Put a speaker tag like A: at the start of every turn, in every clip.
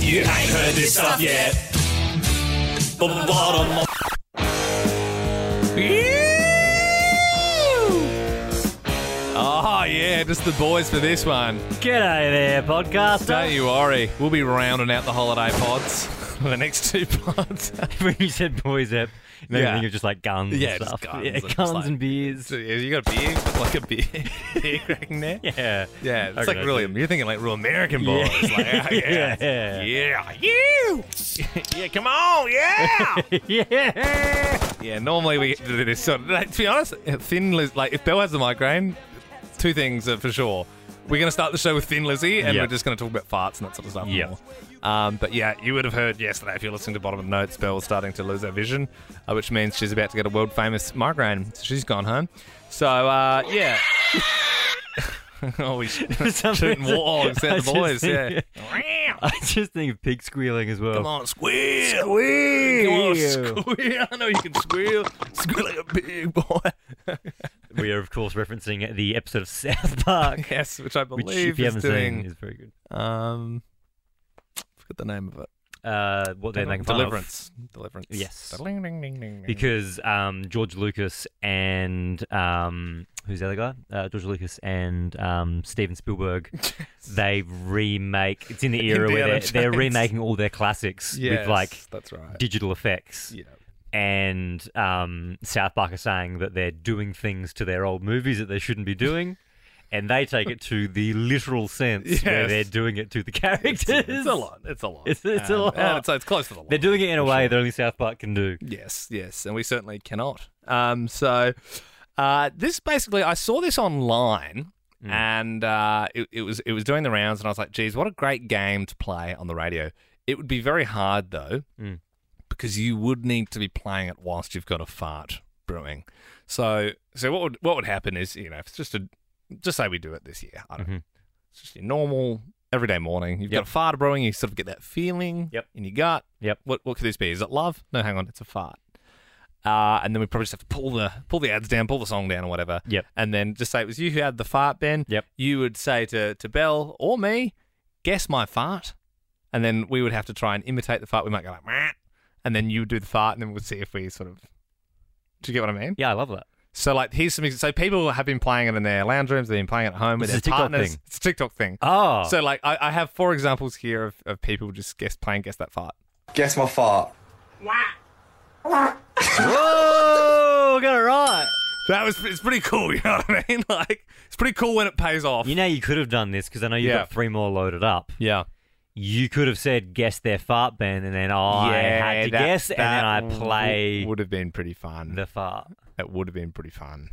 A: You ain't heard this stuff yet. But bottom
B: Oh, yeah, just the boys for this one.
C: G'day there, podcaster.
B: Don't you worry. We'll be rounding out the holiday pods. the next two pods.
C: when you said boys up, you
B: Yeah.
C: yeah. think of just like guns
B: Yeah,
C: and
B: just
C: stuff.
B: guns
C: yeah,
B: and just
C: guns
B: like-
C: and beers.
B: so, yeah, you got a beer? Like a beer? beer cracking there?
C: Yeah.
B: Yeah, it's
C: Okay,
B: like really, you're thinking like real American boys.
C: Yeah.
B: Like, oh, yeah. Yeah.
C: Yeah.
B: You. yeah, come on. Yeah.
C: yeah.
B: yeah, normally we do this sort of, like, to be honest, Thin Liz, like, if Bill has a migraine, two things are for sure. We're going to start the show with Thin Lizzy and
C: Yep.
B: we're just going to talk about farts and that sort of stuff
C: Yep.
B: more. Um, but yeah, you would have heard yesterday if you're listening to Bottom of the Notes, Belle was starting to lose her vision, uh, which means she's about to get a world famous migraine. So she's gone home. So uh, yeah. oh, we should,
C: some
B: shooting
C: reason,
B: warhogs
C: I
B: at oh, the
C: just
B: boys. Yeah.
C: think- I just think of pig squealing as well.
B: Come on, squeal. Squeal.
C: Squeal.
B: squeal. I know you can squeal. Squeal like a big boy.
C: We are, of course, referencing the episode of South Park,
B: yes, which I
C: which,
B: believe
C: if you
B: is
C: haven't
B: doing.
C: seen, is very good.
B: um, forget the name of it.
C: Uh, what they're making fun of.
B: Deliverance. Deliverance.
C: Yes.
B: Ding, ding, ding, ding, ding.
C: because um, George Lucas and um, who's the other guy? Uh, George Lucas and um, Steven Spielberg. They remake. It's in the era where
B: Indiana
C: they're, they're
B: Jones.
C: remaking all their classics
B: Yes,
C: with like
B: that's right.
C: digital effects.
B: yeah.
C: And um, South Park are saying that they're doing things to their old movies that they shouldn't be doing. And they take it to the literal sense where
B: Yes.
C: they're doing it to the
B: It's,
C: characters.
B: it's a lot. It's a lot.
C: It's- it's a lot.
B: and It's, it's close to the lot.
C: They're doing it in a way that only South Park can do.
B: Yes, yes, and we certainly cannot. Um, so uh, this basically, I saw this online, and uh, it, it was it was doing the rounds, and I was like, "Geez, what a great game to play on the radio." It would be very hard though,
C: Mm.
B: because you would need to be playing it whilst you've got a fart brewing. So, so what would what would happen is, you know, if it's just a just say we do it this year. I don't know.
C: Mhm.
B: It's just your normal everyday morning. You've
C: Yep.
B: got a fart brewing. You sort of get that feeling
C: Yep.
B: in your gut.
C: Yep.
B: What what could this be? Is it love? No, hang on, it's a fart. Uh, and then we probably just have to pull the pull the ads down, pull the song down, or whatever.
C: Yep.
B: And then just say it was you who had the fart, Ben.
C: Yep.
B: You would say to to Bell or me, guess my fart, and then we would have to try and imitate the fart. We might go like, "Meh," and then you would do the fart, and then we'd see if we sort of. Do you get what I mean?
C: Yeah, I love that.
B: So like, here's some. ex- So people have been playing it in their lounge rooms. They've been playing it at home with
C: This
B: their
C: is a TikTok
B: partners.
C: thing.
B: It's a TikTok thing.
C: Oh.
B: So like, I, I have four examples here of, of people just guess playing guess that fart.
D: Guess my fart.
C: Whoa, got it right.
B: That was it's pretty cool, you know what I mean? Like it's pretty cool when it pays off.
C: You know you could have done this because I know you've
B: Yeah.
C: got three more loaded up.
B: Yeah.
C: You could have said guess their fart band and then I had to
B: that-
C: guess and then
B: that
C: I
B: w-
C: play
B: Would have been pretty fun.
C: the fart.
B: It would have been pretty fun.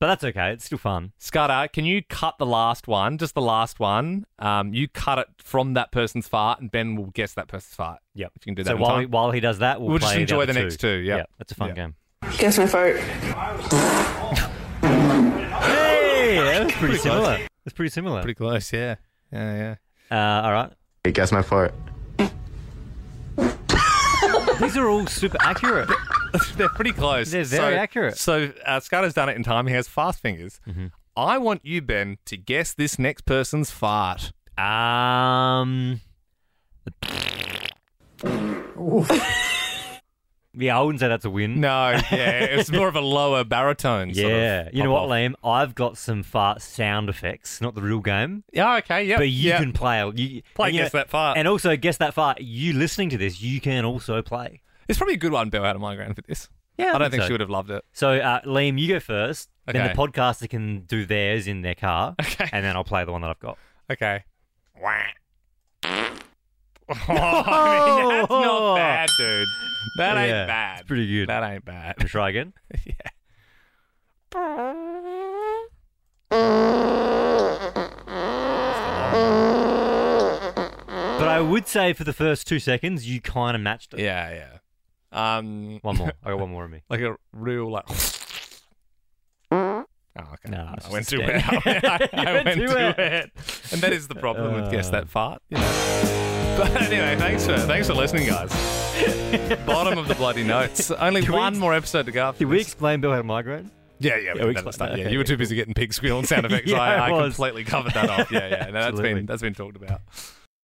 C: But that's okay. It's still fun.
B: Scudder, can you cut the last one? Just the last one. Um, you cut it from that person's fart, and Ben will guess that person's fart.
C: Yep.
B: If you can do that.
C: So
B: in
C: while
B: time.
C: he, while he does that, we'll,
B: We'll just
C: play
B: enjoy
C: the,
B: the
C: other
B: next two, yeah.
C: That's a fun
B: Yeah.
C: game.
E: Guess my fart.
C: Hey, that was pretty
B: close.
C: similar. That's pretty similar.
B: pretty close, yeah. Yeah, yeah.
C: Uh, all right.
D: Hey, guess my fart.
C: These are all super accurate.
B: They're pretty close.
C: They're very accurate.
B: So uh, Scudder's done it in time. He has fast fingers.
C: Mm-hmm.
B: I want you, Ben, to guess this next person's fart.
C: Um. yeah, I wouldn't say that's a win.
B: No, yeah, it's more of a lower baritone. sort of
C: Yeah, you know what,
B: pop-off.
C: Liam? I've got some fart sound effects, not the real game,
B: Yeah, okay, yeah.
C: but you
B: yeah.
C: can play. a- You,
B: play
C: and you
B: guess
C: know-
B: that fart.
C: and also guess that fart. You listening to this, you can also play.
B: it's probably a good one. Bill had a migraine for this.
C: Yeah,
B: I don't think she would have loved it.
C: So, uh, Liam, you go first. Then
B: Okay.
C: the podcaster can do theirs in their car,
B: Okay.
C: and then I'll play the one that I've got.
B: Okay. oh, I mean, that's not
C: No!
B: bad, dude. That
C: Yeah,
B: ain't
C: it's
B: bad.
C: pretty good.
B: That ain't bad.
C: Can we try again? But I would say for the first two seconds, you kind of matched it.
B: Yeah, yeah. Um,
C: One more. I got one more in me.
B: like a real like. Oh, okay.
C: No,
B: I
C: it's
B: went
C: just
B: too
C: dead.
B: wet. I,
C: You went
B: went
C: too
B: too
C: wet.
B: wet. And that is the problem with guess
C: Uh.
B: that fart. You know. But anyway, thanks for thanks for listening, guys. Bottom of the bloody notes. Only
C: Can we
B: one
C: ex-
B: more episode to go. After
C: Did we
B: this.
C: explain Bill had a migraine?
B: Yeah, yeah, we
C: Yeah, we
B: did that at the
C: explained
B: start.
C: that.
B: Yeah,
C: Okay,
B: you were
C: yeah.
B: too busy getting pig squeal and sound effects.
C: Yeah, I
B: I, I
C: was.
B: completely covered that off. Yeah, yeah. No, that's been
C: Absolutely.
B: that's been talked about.